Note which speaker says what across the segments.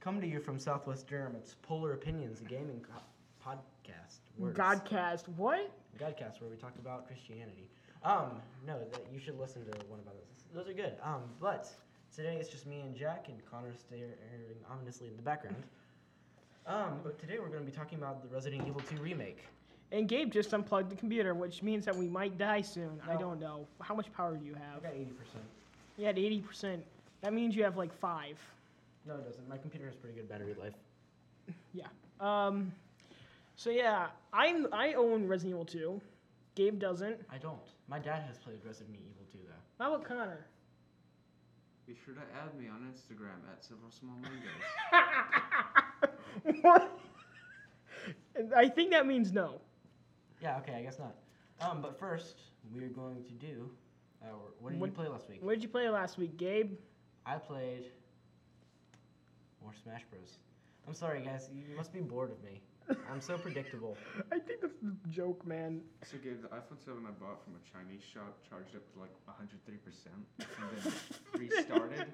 Speaker 1: Come to you from Southwest Durham. It's Polar Opinions, a gaming co- podcast. Words.
Speaker 2: Godcast. What?
Speaker 1: Godcast, where we talk about Christianity. Um, no, that you should listen to one about those. Those are good. Um, but today it's just me and Jack, and Connor's staring ominously in the background. Um, but today we're going to be talking about the Resident Evil 2 remake.
Speaker 2: And Gabe just unplugged the computer, which means that we might die soon. I
Speaker 1: No.
Speaker 2: don't know. How much power do you
Speaker 1: I
Speaker 2: have?
Speaker 1: got 80%.
Speaker 2: You had 80%. That means you have like five.
Speaker 1: No, it doesn't. My computer has pretty good battery life.
Speaker 2: Yeah. Um, so yeah, I'm I own Resident Evil 2. Gabe doesn't.
Speaker 1: I don't. My dad has played Resident Evil 2 though.
Speaker 2: How about Connor?
Speaker 3: Be sure to add me on Instagram at Silver Small Mangoes.
Speaker 2: what? I think that means no.
Speaker 1: Yeah, okay, I guess not. Um, but first we are going to do. Uh, what did we
Speaker 2: What-
Speaker 1: play last week?
Speaker 2: What did you play last week, Gabe?
Speaker 1: I played more Smash Bros. I'm sorry, guys. You must be bored of me. I'm so predictable.
Speaker 2: I think that's the joke, man.
Speaker 3: so, Gabe, the iPhone 7 I bought from a Chinese shop charged up to like 103%, and then restarted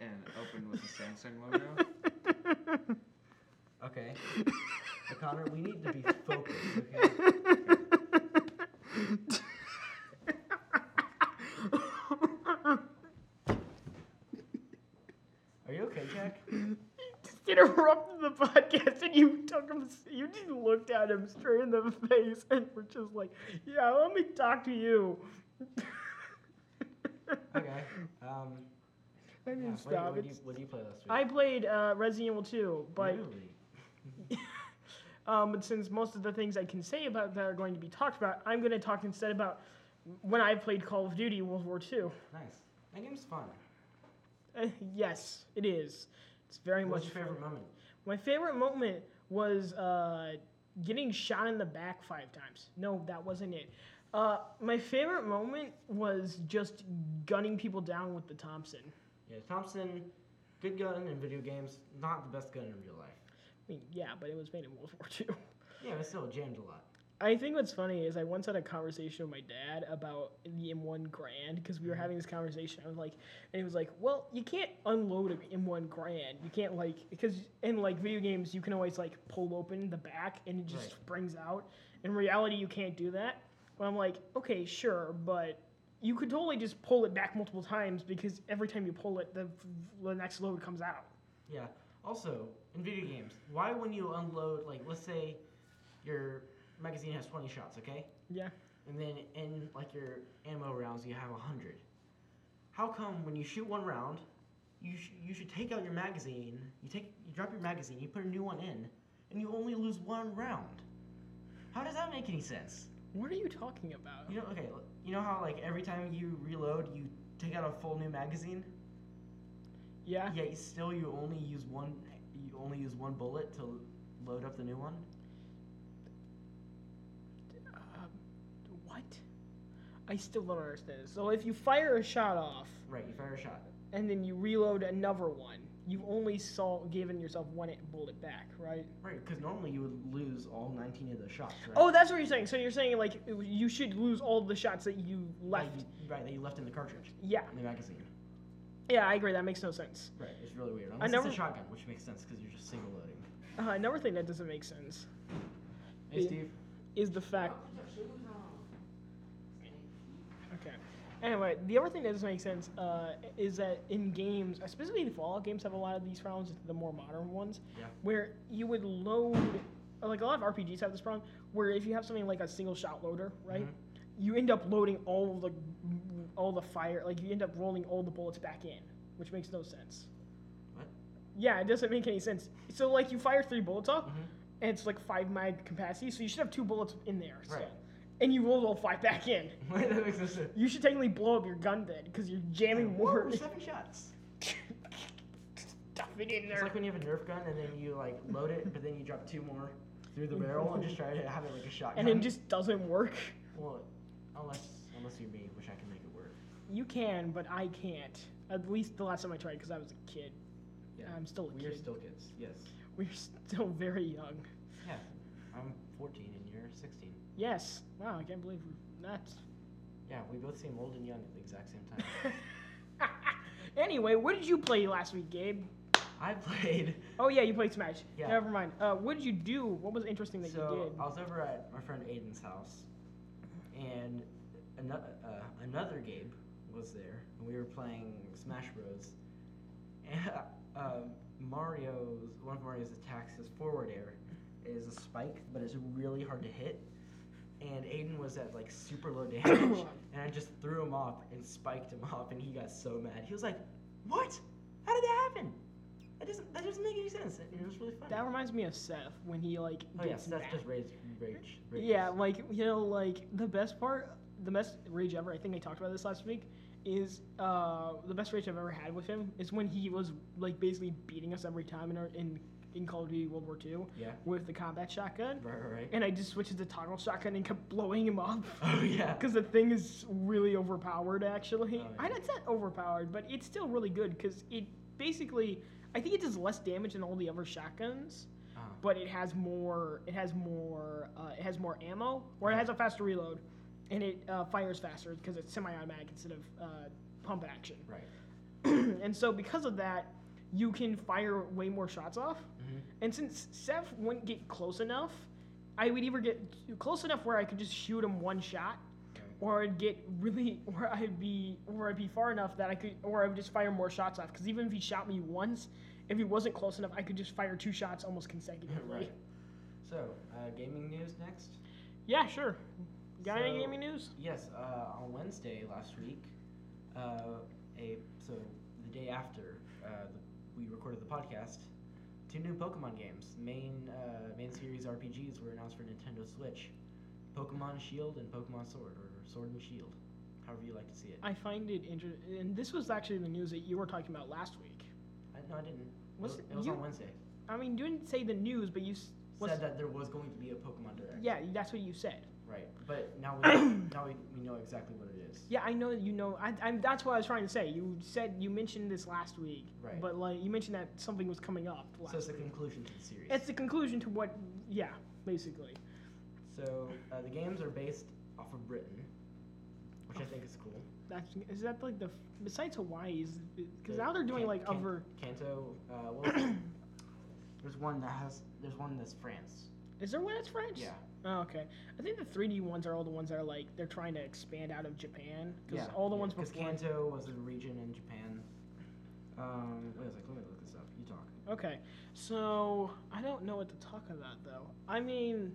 Speaker 3: and opened with the Samsung logo.
Speaker 1: Okay. But Connor, we need to be focused. Okay. Are you okay, Jack?
Speaker 2: just interrupted the podcast and you took him you just looked at him straight in the face and were just like yeah let me talk to you
Speaker 1: Okay. Um.
Speaker 2: i mean
Speaker 1: yeah, what-
Speaker 2: stop
Speaker 1: What,
Speaker 2: it
Speaker 1: do you, what do you play last week?
Speaker 2: i played uh, resident evil 2 but
Speaker 1: Really? Mm-hmm.
Speaker 2: um, but since most of the things i can say about that are going to be talked about i'm going to talk instead about when i played call of duty world war ii
Speaker 1: Nice. That game's fun.
Speaker 2: uh, yes it is it's very
Speaker 1: What's
Speaker 2: much
Speaker 1: your favorite moment?
Speaker 2: My favorite moment was uh, getting shot in the back five times. No, that wasn't it. Uh, my favorite moment was just gunning people down with the Thompson.
Speaker 1: Yeah, Thompson, good gun in video games, not the best gun in real life.
Speaker 2: I mean, yeah, but it was made in World War II.
Speaker 1: Yeah, but still it jammed a lot.
Speaker 2: I think what's funny is I once had a conversation with my dad about the M1 Grand because we were having this conversation. I was like, and he was like, "Well, you can't unload an M1 Grand. You can't like because in like video games you can always like pull open the back and it just
Speaker 1: Right.
Speaker 2: springs out. In reality, you can't do that." But I'm like, "Okay, sure, but you could totally just pull it back multiple times because every time you pull it, the the next load comes out."
Speaker 1: Yeah. Also, in video games, why when you unload, like, let's say your magazine has 20 shots, okay?
Speaker 2: Yeah.
Speaker 1: And then in, like, your ammo rounds, you have 100. How come when you shoot one round, you, sh- you should take out your magazine, you, take, you drop your magazine, you put a new one in, and you only lose one round? How does that make any sense?
Speaker 2: What are you talking about?
Speaker 1: You know, okay, l- you know how, like, every time you reload, you take out a full new magazine?
Speaker 2: Yeah.
Speaker 1: Yet still, you only use one. You only use one bullet to load up the new one.
Speaker 2: Um, what? I still don't understand this. So if you fire a shot off
Speaker 1: Right, you fire a shot.
Speaker 2: and then you reload another one, you've only saw given yourself one bullet back, right?
Speaker 1: Right, because normally you would lose all 19 of the shots. Right?
Speaker 2: Oh, that's what you're saying. So you're saying like you should lose all the shots that you
Speaker 1: That
Speaker 2: left.
Speaker 1: you- right, that you left in the cartridge,
Speaker 2: Yeah,
Speaker 1: in the magazine.
Speaker 2: yeah, I agree. That makes no sense.
Speaker 1: Right, it's really weird. Unless
Speaker 2: never-
Speaker 1: it's a shotgun, which makes sense because you're just single loading.
Speaker 2: Uh, another thing that doesn't make sense
Speaker 1: Hey,
Speaker 2: Yeah.
Speaker 1: Steve.
Speaker 2: is the fact. Okay. Anyway, the other thing that doesn't make sense uh, is that in games, especially the Fallout games, have a lot of these problems. The more modern ones,
Speaker 1: Yeah.
Speaker 2: where you would load, or, like a lot of RPGs have this problem, where if you have something like a single shot loader, right,
Speaker 1: Mhm.
Speaker 2: you end up loading all the all the fire, like you end up rolling all the bullets back in, which makes no sense.
Speaker 1: What?
Speaker 2: Yeah, it doesn't make any sense. So like you fire three bullets off,
Speaker 1: Mhm.
Speaker 2: and it's like five mag capacity, so you should have two bullets in there. So.
Speaker 1: Right.
Speaker 2: And you rolled all five back in.
Speaker 1: Right, that makes no sense.
Speaker 2: You should technically blow up your gun then, because you're jamming more.
Speaker 1: Whoa, seven shots.
Speaker 2: Stuff it in
Speaker 1: It's
Speaker 2: there.
Speaker 1: like when you have a Nerf gun and then you like load it, but then you drop two more through the barrel and just try to have it like a shotgun.
Speaker 2: and it just doesn't work.
Speaker 1: well, unless unless you're me, which I can make it work.
Speaker 2: You can, but I can't. At least the last time I tried, because I was a kid. I'm still a
Speaker 1: we are
Speaker 2: kid.
Speaker 1: still kids. Yes.
Speaker 2: We're still very young.
Speaker 1: Yeah, I'm 14 and you're 16.
Speaker 2: Yes. Wow, I can't believe we're nuts.
Speaker 1: Yeah, we both seem old and young at the exact same time.
Speaker 2: anyway, what did you play last week, Gabe?
Speaker 1: I played.
Speaker 2: Oh yeah, you played Smash.
Speaker 1: Yeah.
Speaker 2: Never mind. Uh, what did you do? What was interesting that you
Speaker 1: So uh,
Speaker 2: did?
Speaker 1: I was over at my friend Aiden's house, and another uh, another Gabe was there, and we were playing Smash Bros. And uh, Mario's one of Mario's attacks, his forward air, is a spike, but it's really hard to hit. And Aiden was at like super low damage, and I just threw him off and spiked him off, and he got so mad. He was like, "What? How did that happen? That doesn't that doesn't make any sense." And it was really funny.
Speaker 2: That reminds me of Seth when he like
Speaker 1: Oh yeah,
Speaker 2: gets
Speaker 1: so that's
Speaker 2: mad.
Speaker 1: just rage. Rage. rage.
Speaker 2: Yeah, like you know, like the best part, the best rage ever. I think I talked about this last week. Is uh, the best rage I've ever had with him is when he was like basically beating us every time in our, in in Call of Duty World War II
Speaker 1: Yeah.
Speaker 2: with the combat shotgun,
Speaker 1: Right, right, right.
Speaker 2: and I just switched to the toggle shotgun and kept blowing him up.
Speaker 1: Oh yeah.
Speaker 2: Because the thing is really overpowered, actually.
Speaker 1: Oh,
Speaker 2: I
Speaker 1: yeah.
Speaker 2: know it's not overpowered, but it's still really good because it basically, I think it does less damage than all the other shotguns,
Speaker 1: Uh-huh.
Speaker 2: but it has more, it has more, uh, it has more ammo, or it
Speaker 1: Yeah.
Speaker 2: has a faster reload, and it uh, fires faster because it's semi-automatic instead of uh, pump action.
Speaker 1: Right.
Speaker 2: and so because of that, you can fire way more shots off.
Speaker 1: Mhm.
Speaker 2: And since Seth wouldn't get close enough, I would either get close enough where I could just shoot him one shot, or I'd get really, or I'd be, or I'd be far enough that I could, or I would just fire more shots off. Because even if he shot me once, if he wasn't close enough, I could just fire two shots almost consecutively.
Speaker 1: Mm-hmm. Right. So, uh, gaming news next.
Speaker 2: Yeah, sure. Got any
Speaker 1: So-
Speaker 2: gaming news?
Speaker 1: Yes, uh, on Wednesday last week, uh, a so the day after uh, the, we recorded the podcast, two new Pokemon games, main uh, main series RPGs, were announced for Nintendo Switch: Pokemon Shield and Pokemon Sword, or Sword and Shield, however you like to see it.
Speaker 2: I find it interesting, and this was actually the news that you were talking about last week.
Speaker 1: I, no, I didn't.
Speaker 2: Was
Speaker 1: it
Speaker 2: it-
Speaker 1: was, it was
Speaker 2: you-
Speaker 1: on Wednesday.
Speaker 2: I mean, you didn't say the news, but you s- was,
Speaker 1: Said that there was going to be a Pokemon Direct.
Speaker 2: yeah, that's what you said.
Speaker 1: Right, but now we now we, we know exactly what it is.
Speaker 2: Yeah, I know that you know. I, I'm, that's what I was trying to say. You said you mentioned this last week,
Speaker 1: Right.
Speaker 2: but like you mentioned that something was coming up. Last
Speaker 1: So it's the conclusion to the series.
Speaker 2: It's the conclusion to what, yeah, basically.
Speaker 1: so uh, the games are based off of Britain, which I think is cool.
Speaker 2: That's is that like the besides Hawaii is because
Speaker 1: The
Speaker 2: now they're doing
Speaker 1: Can-
Speaker 2: like
Speaker 1: Can-
Speaker 2: other.
Speaker 1: Kanto. Uh, what was it? there's one that has. There's one that's France.
Speaker 2: Is there one that's French?
Speaker 1: Yeah.
Speaker 2: Oh, okay. I think the 3D ones are all the ones that are like they're trying to expand out of Japan because
Speaker 1: yeah,
Speaker 2: all the ones
Speaker 1: because
Speaker 2: before.
Speaker 1: Kanto was a region in Japan. Um, wait a second. Let me look this up. You talk.
Speaker 2: Okay, so I don't know what to talk about though. I mean,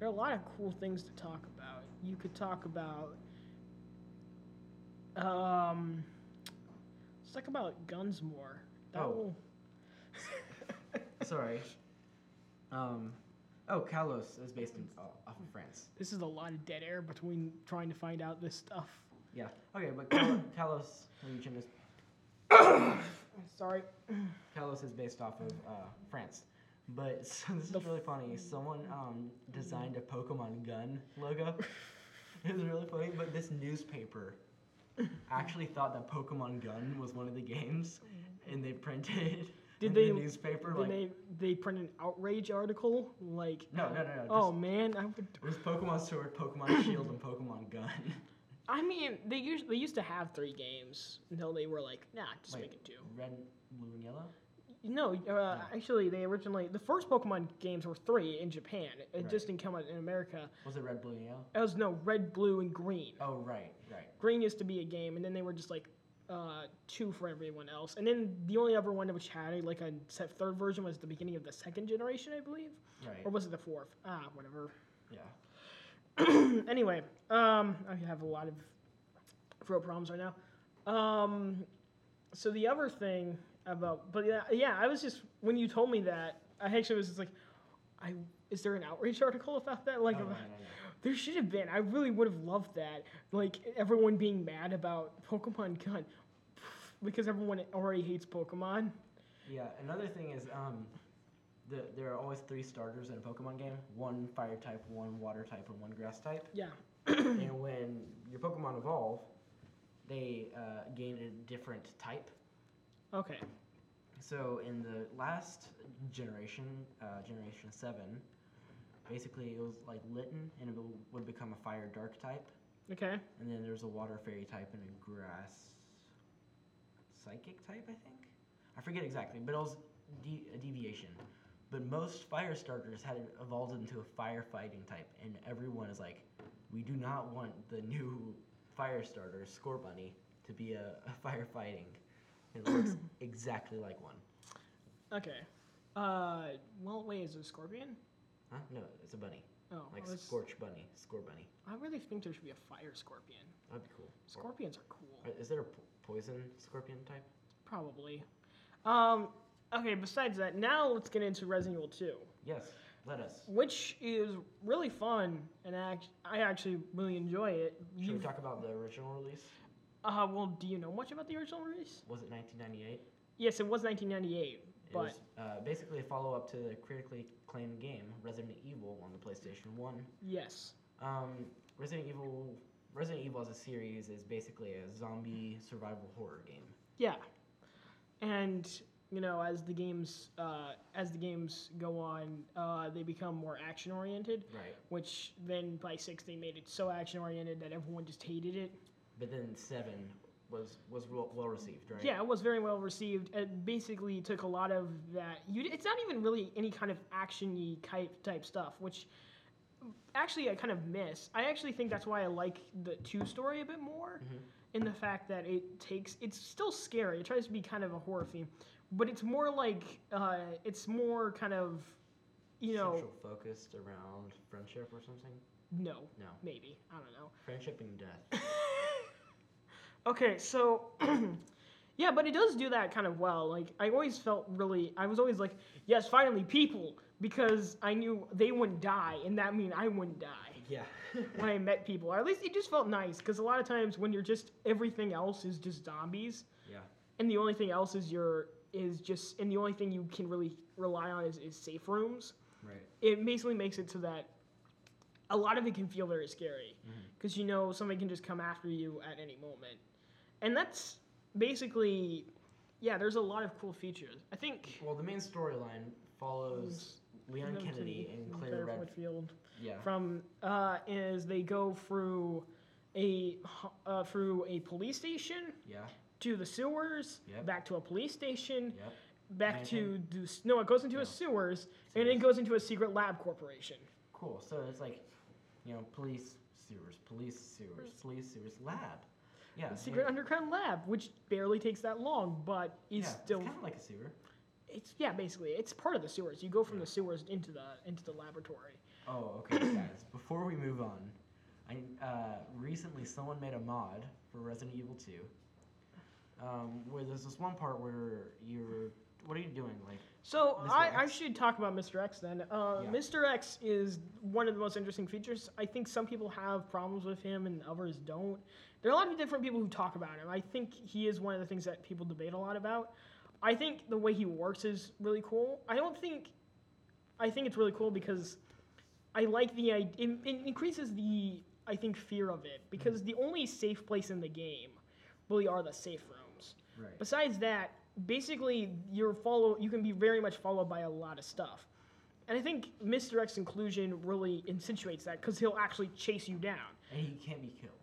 Speaker 2: there are a lot of cool things to talk about. You could talk about, um, let's talk about guns more. That
Speaker 1: Oh.
Speaker 2: will-
Speaker 1: Sorry. Um, oh, Kalos is based in, uh, off of France.
Speaker 2: this is a lot of dead air between trying to find out this stuff.
Speaker 1: Yeah. Okay, but Kal- Kalos region is
Speaker 2: Sorry.
Speaker 1: Kalos is based off of uh, France. But so this is really funny. Someone um, designed a Pokemon gun logo. it was really funny, but this newspaper actually thought that Pokemon Gun was one of the games, and they printed
Speaker 2: Did
Speaker 1: in
Speaker 2: they-
Speaker 1: the newspaper
Speaker 2: Did
Speaker 1: like
Speaker 2: they they print an outrage article like?
Speaker 1: no no no no. Just,
Speaker 2: Oh man, I would.
Speaker 1: It was Pokemon Sword, Pokemon Shield, and Pokemon Gun.
Speaker 2: I mean, they used they used to have three games until they were like, nah, just
Speaker 1: Wait.
Speaker 2: make it two.
Speaker 1: Red, blue, and yellow.
Speaker 2: No, uh, actually, they originally the first Pokemon games were three in Japan. It
Speaker 1: Right.
Speaker 2: just didn't come out in America.
Speaker 1: Was it red, blue, and yellow?
Speaker 2: It was no red, blue, and green.
Speaker 1: Oh right, right.
Speaker 2: Green used to be a game, and then they were just like uh, two for everyone else. And then the only other one which had like a set third version was the beginning of the second generation, I believe, or
Speaker 1: Right.
Speaker 2: was it the fourth? Ah, whatever.
Speaker 1: Yeah.
Speaker 2: anyway, um, I have a lot of throat problems right now. Um, so the other thing about, but yeah, yeah, I was just when you told me that, I actually was just like, I is there an outrage article about that? Like,
Speaker 1: Oh,
Speaker 2: about-
Speaker 1: no, no, no.
Speaker 2: there should have been. I really would have loved that. Like everyone being mad about Pokemon Gun because everyone already hates Pokemon.
Speaker 1: Yeah, another thing is um, the, there are always three starters in a Pokemon game one fire type, one water type, and one grass type.
Speaker 2: Yeah,
Speaker 1: and when your Pokemon evolve, they uh, gain a different type.
Speaker 2: okay,
Speaker 1: So in the last generation, uh, Generation 7, basically it was like Litten, and it will- would become a fire dark type.
Speaker 2: okay,
Speaker 1: And then there's a water fairy type and a grass psychic type, I think. I forget exactly, but it was de- a deviation. But most fire starters had evolved into a firefighting type, and everyone is like, we do not want the new fire starter, Score Bunny, to be a, a firefighting. It looks exactly like one.
Speaker 2: Okay. Uh, well, wait, is it a scorpion?
Speaker 1: Huh? No, it's a bunny.
Speaker 2: Oh,
Speaker 1: Like
Speaker 2: well, that's-
Speaker 1: Scorch Bunny. Score Bunny.
Speaker 2: I really think there should be a fire scorpion.
Speaker 1: That'd be cool. Or-
Speaker 2: Scorpions are cool.
Speaker 1: Is there a po- poison scorpion type?
Speaker 2: Probably. Um, okay, besides that, now let's get into Resident Evil 2,
Speaker 1: Yes, let us.
Speaker 2: which is really fun, and act- I actually really enjoy it.
Speaker 1: Should we
Speaker 2: You've-
Speaker 1: talk about the original release?
Speaker 2: uh, well, do you know much about the original release?
Speaker 1: Was it 1998?
Speaker 2: Yes, it was 1998,
Speaker 1: It
Speaker 2: but
Speaker 1: was uh, basically a follow up to the critically acclaimed game Resident Evil on the PlayStation 1.
Speaker 2: yes.
Speaker 1: Um, Resident Evil Resident Evil as a series is basically a zombie survival horror game.
Speaker 2: Yeah, and you know, as the games uh, as the games go on, uh, they become more action oriented.
Speaker 1: Right.
Speaker 2: Which then by six they made it so action oriented that everyone just hated it.
Speaker 1: But then 7 was was well, well received, right?
Speaker 2: Yeah, it was very well received. It basically took a lot of that. You, it's not even really any kind of actiony type type stuff, which actually I kind of miss. I actually think that's why I like the two story a bit more,
Speaker 1: Mhm.
Speaker 2: in the fact that it takes. It's still scary. It tries to be kind of a horror theme, but it's more like uh, it's more kind of, you know,
Speaker 1: Central focused around friendship or something?
Speaker 2: no,
Speaker 1: No.
Speaker 2: maybe I don't know.
Speaker 1: Friendship and death.
Speaker 2: Okay, so yeah, but it does do that kind of well. Like I always felt really I was always like, yes, finally people because I knew they wouldn't die and that mean I wouldn't die
Speaker 1: yeah.
Speaker 2: when I met people. Or at least it just felt nice cuz a lot of times when you're just everything else is just zombies
Speaker 1: yeah.
Speaker 2: and the only thing else is your is just and the only thing you can really rely on is, is safe rooms
Speaker 1: Right.
Speaker 2: it basically makes it so that a lot of it can feel very scary
Speaker 1: Mm-hmm.
Speaker 2: because you know somebody can just come after you at any moment and that's basically yeah there's a lot of cool features i think
Speaker 1: Well, the main storyline follows Leon
Speaker 2: Go to
Speaker 1: Kennedy
Speaker 2: the-
Speaker 1: and
Speaker 2: the
Speaker 1: Claire
Speaker 2: Claire
Speaker 1: Redfield.
Speaker 2: Redfield
Speaker 1: Yeah.
Speaker 2: from uh, is they go through a ho- uh, through a police station
Speaker 1: Yeah.
Speaker 2: to the sewers
Speaker 1: Yep.
Speaker 2: back to a police station
Speaker 1: Yep.
Speaker 2: back to the s- no it goes into
Speaker 1: No.
Speaker 2: a sewers and then it goes into a secret lab corporation
Speaker 1: Cool. So it's like, you know, police sewers, police sewers, police sewers, lab. Yeah.
Speaker 2: secret
Speaker 1: like-
Speaker 2: underground lab, which barely takes that long, but is
Speaker 1: yeah,
Speaker 2: still
Speaker 1: It's kind of like a sewer.
Speaker 2: it's yeah basically it's part of the sewers. You go from
Speaker 1: Yeah.
Speaker 2: the sewers into the into the laboratory.
Speaker 1: Oh, okay, guys. Before we move on, I uh, recently someone made a mod for Resident Evil Two, um, where there's this one part where you're, what are you doing? Like,
Speaker 2: So
Speaker 1: Mr.
Speaker 2: I, I
Speaker 1: X.
Speaker 2: should talk about Mr. X then. Uh,
Speaker 1: Yeah.
Speaker 2: Mr. X is one of the most interesting features. I think some people have problems with him and others don't. There are a lot of different people who talk about him. I think he is one of the things that people debate a lot about. I think the way he works is really cool. I don't think I think it's really cool because I like the idea. It, it increases the I think fear of it
Speaker 1: Mm-hmm.
Speaker 2: because the only safe place in the game really are the safe rooms.
Speaker 1: right.
Speaker 2: Besides that, basically you're follow you can be very much followed by a lot of stuff. And I think Mr. X inclusion really accentuates that because he'll actually chase you down.
Speaker 1: And he can't be killed.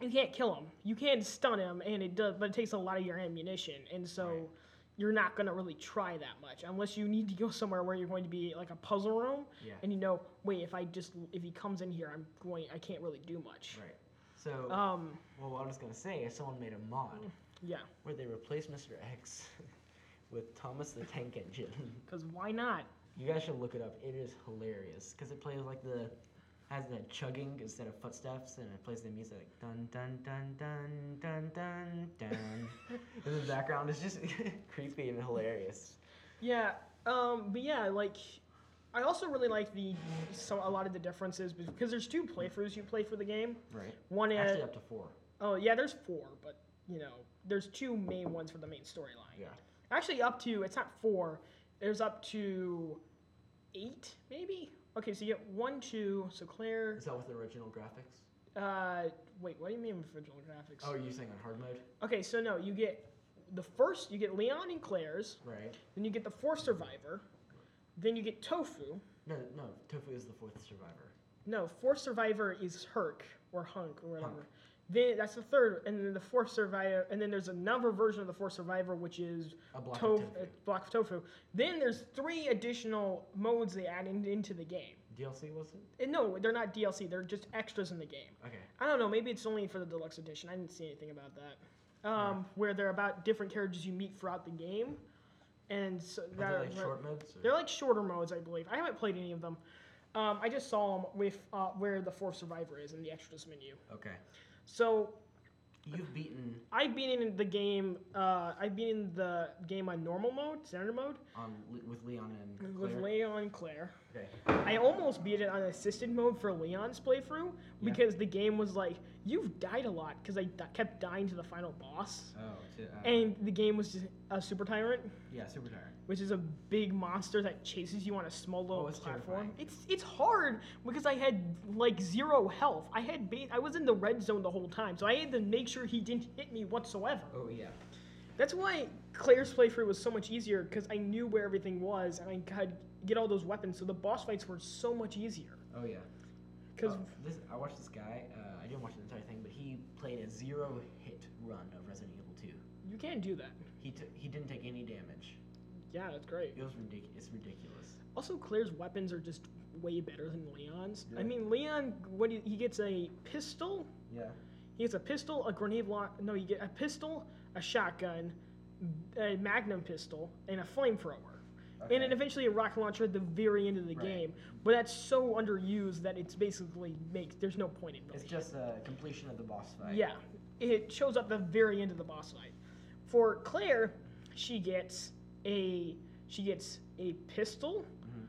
Speaker 2: You can't kill him. You can stun him, and it does, but it takes a lot of your ammunition, and so
Speaker 1: Right.
Speaker 2: you're not gonna really try that much unless you need to go somewhere where you're going to be like a puzzle room,
Speaker 1: Yeah.
Speaker 2: and you know, wait, if I just if he comes in here, I'm going, I can't really do much.
Speaker 1: Right. So,
Speaker 2: Um,
Speaker 1: well, what I was gonna say is someone made a mod
Speaker 2: yeah,
Speaker 1: where they replaced Mr. X with Thomas the Tank Engine.
Speaker 2: because why not?
Speaker 1: You guys should look it up. It is hilarious because it plays like the has the chugging instead of footsteps, and it plays the music like dun dun dun dun dun dun dun. in the background, it's just creepy and hilarious.
Speaker 2: Yeah, um, but yeah, like I also really like the so a lot of the differences because there's two playthroughs you play for the game.
Speaker 1: Right.
Speaker 2: One is
Speaker 1: Actually, up to four.
Speaker 2: oh yeah, there's four, but you know there's two main ones for the main storyline.
Speaker 1: Yeah.
Speaker 2: Actually, up to it's not four. There's up to eight, maybe. Okay, so you get one, two. So Claire,
Speaker 1: Is that with the original graphics?
Speaker 2: uh, wait, what do you mean with original graphics?
Speaker 1: Oh, you're saying on hard mode?
Speaker 2: Okay, so no, you get the first. You get Leon and Claire's.
Speaker 1: Right.
Speaker 2: Then you get the fourth survivor. Then you get Tofu.
Speaker 1: No, no. Tofu is the fourth survivor.
Speaker 2: No, fourth survivor is Herc or Hunk or whatever.
Speaker 1: Hunk.
Speaker 2: Then that's the third, and then the fourth survivor, and then there's another version of the fourth survivor, which is
Speaker 1: A block
Speaker 2: tofu,
Speaker 1: of tofu.
Speaker 2: block of tofu. Then there's three additional modes they add in, into the game.
Speaker 1: DLC was it?
Speaker 2: And no, they're not DLC. They're just extras in the game.
Speaker 1: Okay.
Speaker 2: I don't know. Maybe it's only for the deluxe edition. I didn't see anything about that. Um, Where they're about different characters you meet throughout the game, and so
Speaker 1: Are they
Speaker 2: that-
Speaker 1: like
Speaker 2: where-
Speaker 1: short modes? or-
Speaker 2: they're like shorter modes, I believe. I haven't played any of them. Um, I just saw them with uh, where the fourth survivor is in the extras menu.
Speaker 1: Okay.
Speaker 2: So
Speaker 1: You've beaten
Speaker 2: I've been in the game. Uh, I've been in the game on normal mode, standard mode,
Speaker 1: on Le- with Leon and
Speaker 2: with
Speaker 1: Claire.
Speaker 2: Leon and Claire.
Speaker 1: Okay.
Speaker 2: I almost beat it on assisted mode for Leon's playthrough
Speaker 1: Yeah.
Speaker 2: because the game was like, "You've died a lot," because I di- kept dying to the final boss,
Speaker 1: Oh, to, uh,
Speaker 2: and the game was just a super tyrant,
Speaker 1: yeah, super tired.
Speaker 2: which is a big monster that chases you on a small little
Speaker 1: Oh, it's
Speaker 2: platform.
Speaker 1: terrifying.
Speaker 2: It's it's hard because I had like zero health. I had ba- I was in the red zone the whole time, so I had to make sure he didn't hit me whatsoever.
Speaker 1: Oh yeah.
Speaker 2: That's why Claire's playthrough was so much easier because I knew where everything was and I could get all those weapons, so the boss fights were so much easier.
Speaker 1: Oh yeah.
Speaker 2: Because
Speaker 1: Uh, this I watched this guy. Uh, I didn't watch the entire thing, but he played a zero hit run of Resident Evil 2.
Speaker 2: you can't do that.
Speaker 1: He took he didn't take any damage.
Speaker 2: Yeah, that's great.
Speaker 1: It was ridiculous. It's ridiculous.
Speaker 2: Also, Claire's weapons are just way better than Leon's. I
Speaker 1: Yeah.
Speaker 2: mean, Leon, what he, he gets a pistol.
Speaker 1: Yeah.
Speaker 2: He gets a pistol, a grenade launcher. No, you get a pistol, a shotgun, a magnum pistol, and a flamethrower. And then
Speaker 1: Okay.
Speaker 2: eventually a rocket launcher at the very end of the
Speaker 1: Right.
Speaker 2: game. But that's so underused that it's basically makes there's no point in really
Speaker 1: It's just a completion of the boss fight.
Speaker 2: Yeah, it shows up the very end of the boss fight. For Claire, she gets a she gets a pistol.
Speaker 1: Mhm.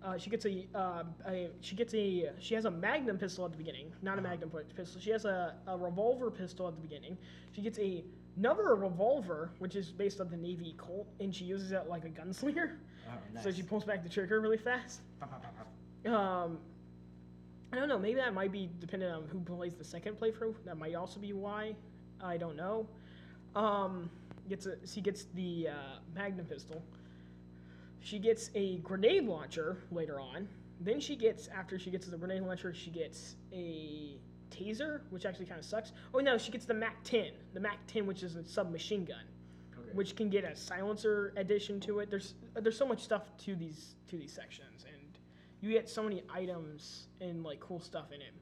Speaker 2: Uh, she gets a, uh, a she gets a she has a magnum pistol at the beginning, not a
Speaker 1: Uh-huh.
Speaker 2: magnum pi- pistol. She has a, a revolver pistol at the beginning. She gets a another revolver, which is based on the Navy Colt, and she uses it like a gunslinger.
Speaker 1: Oh, nice.
Speaker 2: So she pulls back the trigger really fast.
Speaker 1: Pop, pop, pop, pop.
Speaker 2: Um, I don't know. Maybe that might be dependent on who plays the second playthrough. That might also be why. I don't know. Um, gets a, she gets the uh, magnum pistol. She gets a grenade launcher later on. Then she gets after she gets the grenade launcher, she gets a taser, which actually kind of sucks. Oh no, she gets the Mac 10, the Mac 10, which is a submachine gun,
Speaker 1: Okay.
Speaker 2: which can get a silencer addition to it. There's there's so much stuff to these to these sections, and you get so many items and like cool stuff in it.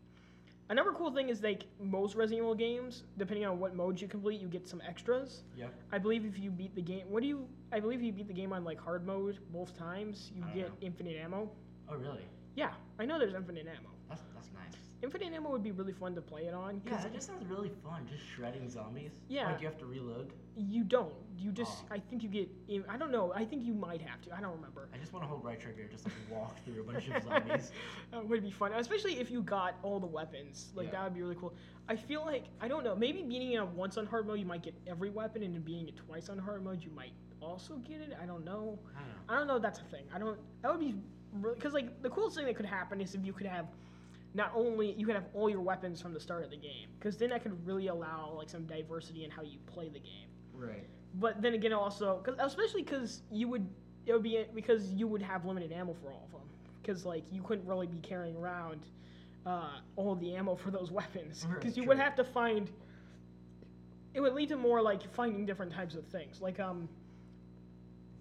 Speaker 2: Another cool thing is like most Resident Evil games, depending on what modes you complete, you get some extras.
Speaker 1: Yeah.
Speaker 2: I believe if you beat the game, what do you? I believe if you beat the game on like hard mode both times, you
Speaker 1: I don't
Speaker 2: get
Speaker 1: know.
Speaker 2: infinite ammo.
Speaker 1: Oh really?
Speaker 2: Yeah, I know there's infinite ammo.
Speaker 1: That's that's nice.
Speaker 2: Infinite ammo would be really fun to play it on
Speaker 1: Yeah,
Speaker 2: because
Speaker 1: that just sounds really fun. Just shredding zombies.
Speaker 2: Yeah.
Speaker 1: Like you have to reload.
Speaker 2: you don't. You just.
Speaker 1: Oh.
Speaker 2: I think you get. in- I don't know. I think you might have to. I don't remember.
Speaker 1: I just want to hold right trigger and just like walk through a bunch of zombies.
Speaker 2: That would be fun, especially if you got all the weapons. Like
Speaker 1: Yeah.
Speaker 2: that would be really cool. I feel like I don't know. Maybe beating it once on hard mode, you might get every weapon, and then beating it twice on hard mode, you might also get it. I don't know.
Speaker 1: I don't know.
Speaker 2: I don't know if that's a thing. I don't. That would be because like the coolest thing that could happen is if you could have not only you could have all your weapons from the start of the game because then that could really allow like some diversity in how you play the game.
Speaker 1: Right.
Speaker 2: But then again, also cause, especially because you would it would be because you would have limited ammo for all of them because like you couldn't really be carrying around uh, all the ammo for those weapons
Speaker 1: Right,
Speaker 2: because you
Speaker 1: true.
Speaker 2: would have to find. It would lead to more like finding different types of things like um.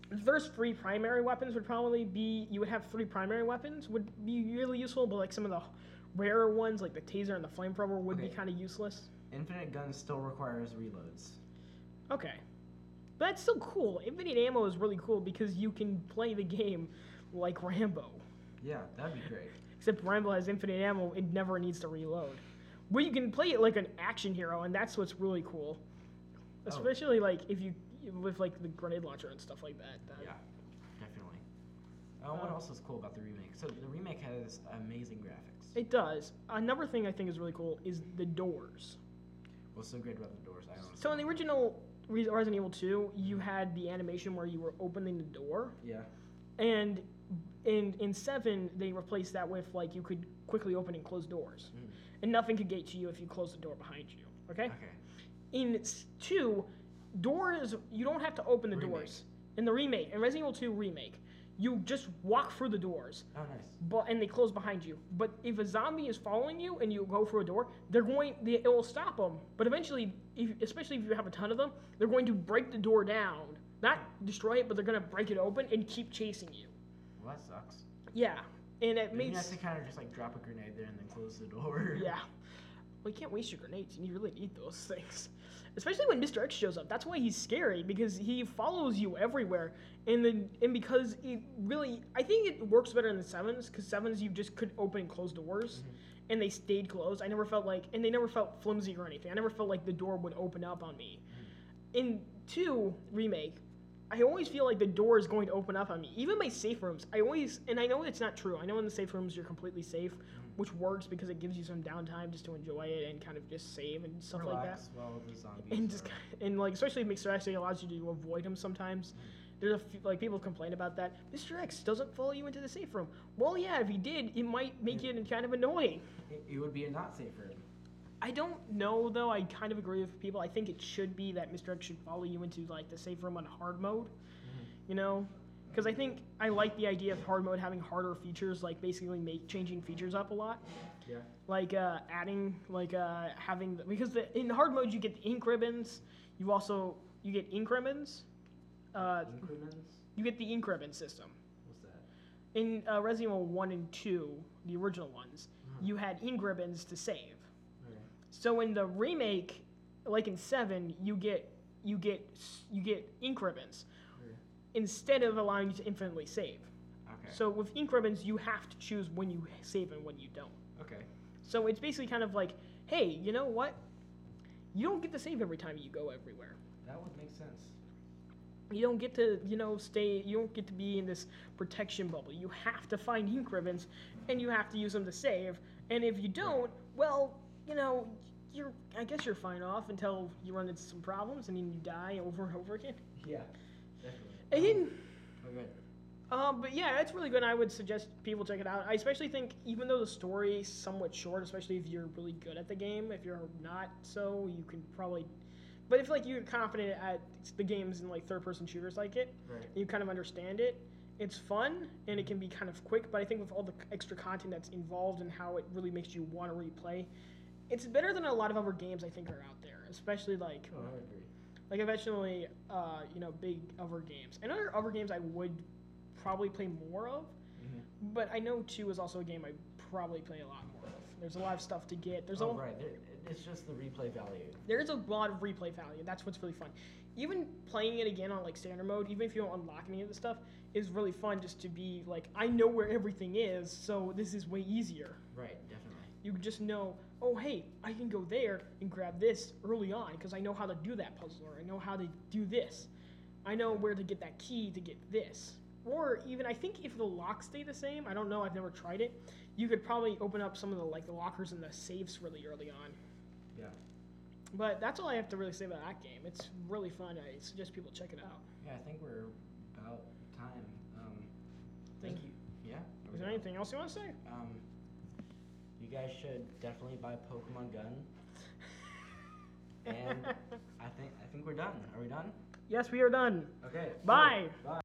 Speaker 2: The first three primary weapons would probably be you would have three primary weapons would be really useful, but like some of the rarer ones like the taser and the flamethrower would be
Speaker 1: Okay.
Speaker 2: kind of useless.
Speaker 1: Infinite gun still requires reloads.
Speaker 2: Okay. But that's still cool. Infinite ammo is really cool because you can play the game like Rambo.
Speaker 1: Yeah, that'd be great.
Speaker 2: Except Rambo has infinite ammo and never needs to reload. But you can play it like an action hero, and that's what's really cool. Especially like if you with like the grenade launcher and stuff like that. That-
Speaker 1: Yeah, definitely. Uh, what
Speaker 2: Um,
Speaker 1: else is cool about the remake? So the remake has amazing graphics.
Speaker 2: It does. Another thing I think is really cool is the doors.
Speaker 1: What's so great about the doors? I honestly.
Speaker 2: So in the original Re- Resident Evil 2, you had the animation where you were opening the door,
Speaker 1: Yeah.
Speaker 2: and in in seven they replaced that with like you could quickly open and close doors
Speaker 1: Mm.
Speaker 2: and nothing could get to you if you close the door behind you okay
Speaker 1: Okay.
Speaker 2: in s- two doors you don't have to open the
Speaker 1: Remake.
Speaker 2: doors in the remake in resident evil 2 remake You just walk through the doors,
Speaker 1: Oh, nice.
Speaker 2: but and they close behind you. But if a zombie is following you and you go through a door, they're going. They, it will stop them. But eventually, if, especially if you have a ton of them, they're going to break the door down. Not destroy it, but they're going to break it open and keep chasing you.
Speaker 1: Well, that sucks.
Speaker 2: Yeah, and it
Speaker 1: Maybe you
Speaker 2: makes
Speaker 1: have to kind of just like drop a grenade there and then close the door.
Speaker 2: yeah. Well, you can't waste your grenades, and you really need those things. Especially when Mr. X shows up. That's why he's scary because he follows you everywhere, and then and because it really, I think it works better in the sevens because sevens you just could open and close doors,
Speaker 1: Mm-hmm.
Speaker 2: and they stayed closed. I never felt like, and they never felt flimsy or anything. I never felt like the door would open up on me. In two remake, I always feel like the door is going to open up on me. Even my safe rooms, I always, and I know it's not true. I know in the safe rooms you're completely safe, which works because it gives you some downtime just to enjoy it and kind of just save and stuff like that.
Speaker 1: Relax while the zombies.
Speaker 2: And just
Speaker 1: are-
Speaker 2: ki- and like especially Mr. X, it allows you to avoid him sometimes. There's a few, like people complain about that. Mr. X doesn't follow you into the safe room. Well, yeah, if he did, it might make it kind of annoying.
Speaker 1: it, it would be a not safe room.
Speaker 2: I don't know though. I kind of agree with people. I think it should be that Mr. X should follow you into like the safe room on hard mode. You know, because I think I like the idea of hard mode having harder features, like basically make changing features up a lot,
Speaker 1: Yeah.
Speaker 2: like uh, adding, like uh, having the, because the, in hard mode you get the ink ribbons. You also you get ink ribbons. Uh,
Speaker 1: Increments?
Speaker 2: you get the ink ribbon system
Speaker 1: What's that?
Speaker 2: in uh, Resident Evil One and Two, the original ones. You had ink ribbons to save.
Speaker 1: Okay.
Speaker 2: So in the remake, like in seven, you get you get you get ink ribbons
Speaker 1: Okay.
Speaker 2: instead of allowing you to infinitely save.
Speaker 1: Okay.
Speaker 2: So with ink ribbons, you have to choose when you save and when you don't.
Speaker 1: okay.
Speaker 2: So it's basically kind of like, hey, you know what? You don't get to save every time you go everywhere.
Speaker 1: That would make sense.
Speaker 2: You don't get to, you know, stay. You don't get to be in this protection bubble. You have to find ink ribbons, and you have to use them to save. And if you don't, well, you know, you're. I guess you're fine off until you run into some problems, and then you die over and over again.
Speaker 1: Yeah. Definitely.
Speaker 2: And then,
Speaker 1: Oh, good.
Speaker 2: um, but yeah, it's really good. I would suggest people check it out. I especially think, even though the story is somewhat short, especially if you're really good at the game. If you're not, so you can probably. But if like you're confident at the games and like third-person shooters like it,
Speaker 1: Right.
Speaker 2: you kind of understand it. It's fun and it can be kind of quick, but I think with all the extra content that's involved and how it really makes you want to replay, it's better than a lot of other games I think are out there. Especially like
Speaker 1: Oh, I agree.
Speaker 2: like eventually, uh, you know, big other games. And other other games I would probably play more of,
Speaker 1: Mhm.
Speaker 2: but I know two is also a game I probably play a lot more of. There's a lot of stuff to get. There's
Speaker 1: oh,
Speaker 2: a,
Speaker 1: right. There, it- it's just the replay value.
Speaker 2: there is a lot of replay value. That's what's really fun. Even playing it again on like standard mode, even if you don't unlock any of the stuff, is really fun just to be like, I know where everything is, so this is way easier.
Speaker 1: Right. Definitely.
Speaker 2: You just know, oh hey, I can go there and grab this early on because I know how to do that puzzle or I know how to do this. I know where to get that key to get this. Or even I think if the locks stay the same, I don't know, I've never tried it. You could probably open up some of the like the lockers and the safes really early on.
Speaker 1: Yeah.
Speaker 2: But that's all I have to really say about that game. It's really fun. I suggest people check it out.
Speaker 1: Yeah. I think we're about time. Um,
Speaker 2: Thank you.
Speaker 1: yeah. there we
Speaker 2: Is there
Speaker 1: go.
Speaker 2: anything else you want to say?
Speaker 1: Um, you guys should definitely buy Pokemon Gun. And I think I think we're done. Are we done?
Speaker 2: yes, we are done.
Speaker 1: Okay. so,
Speaker 2: Bye.
Speaker 1: Bye.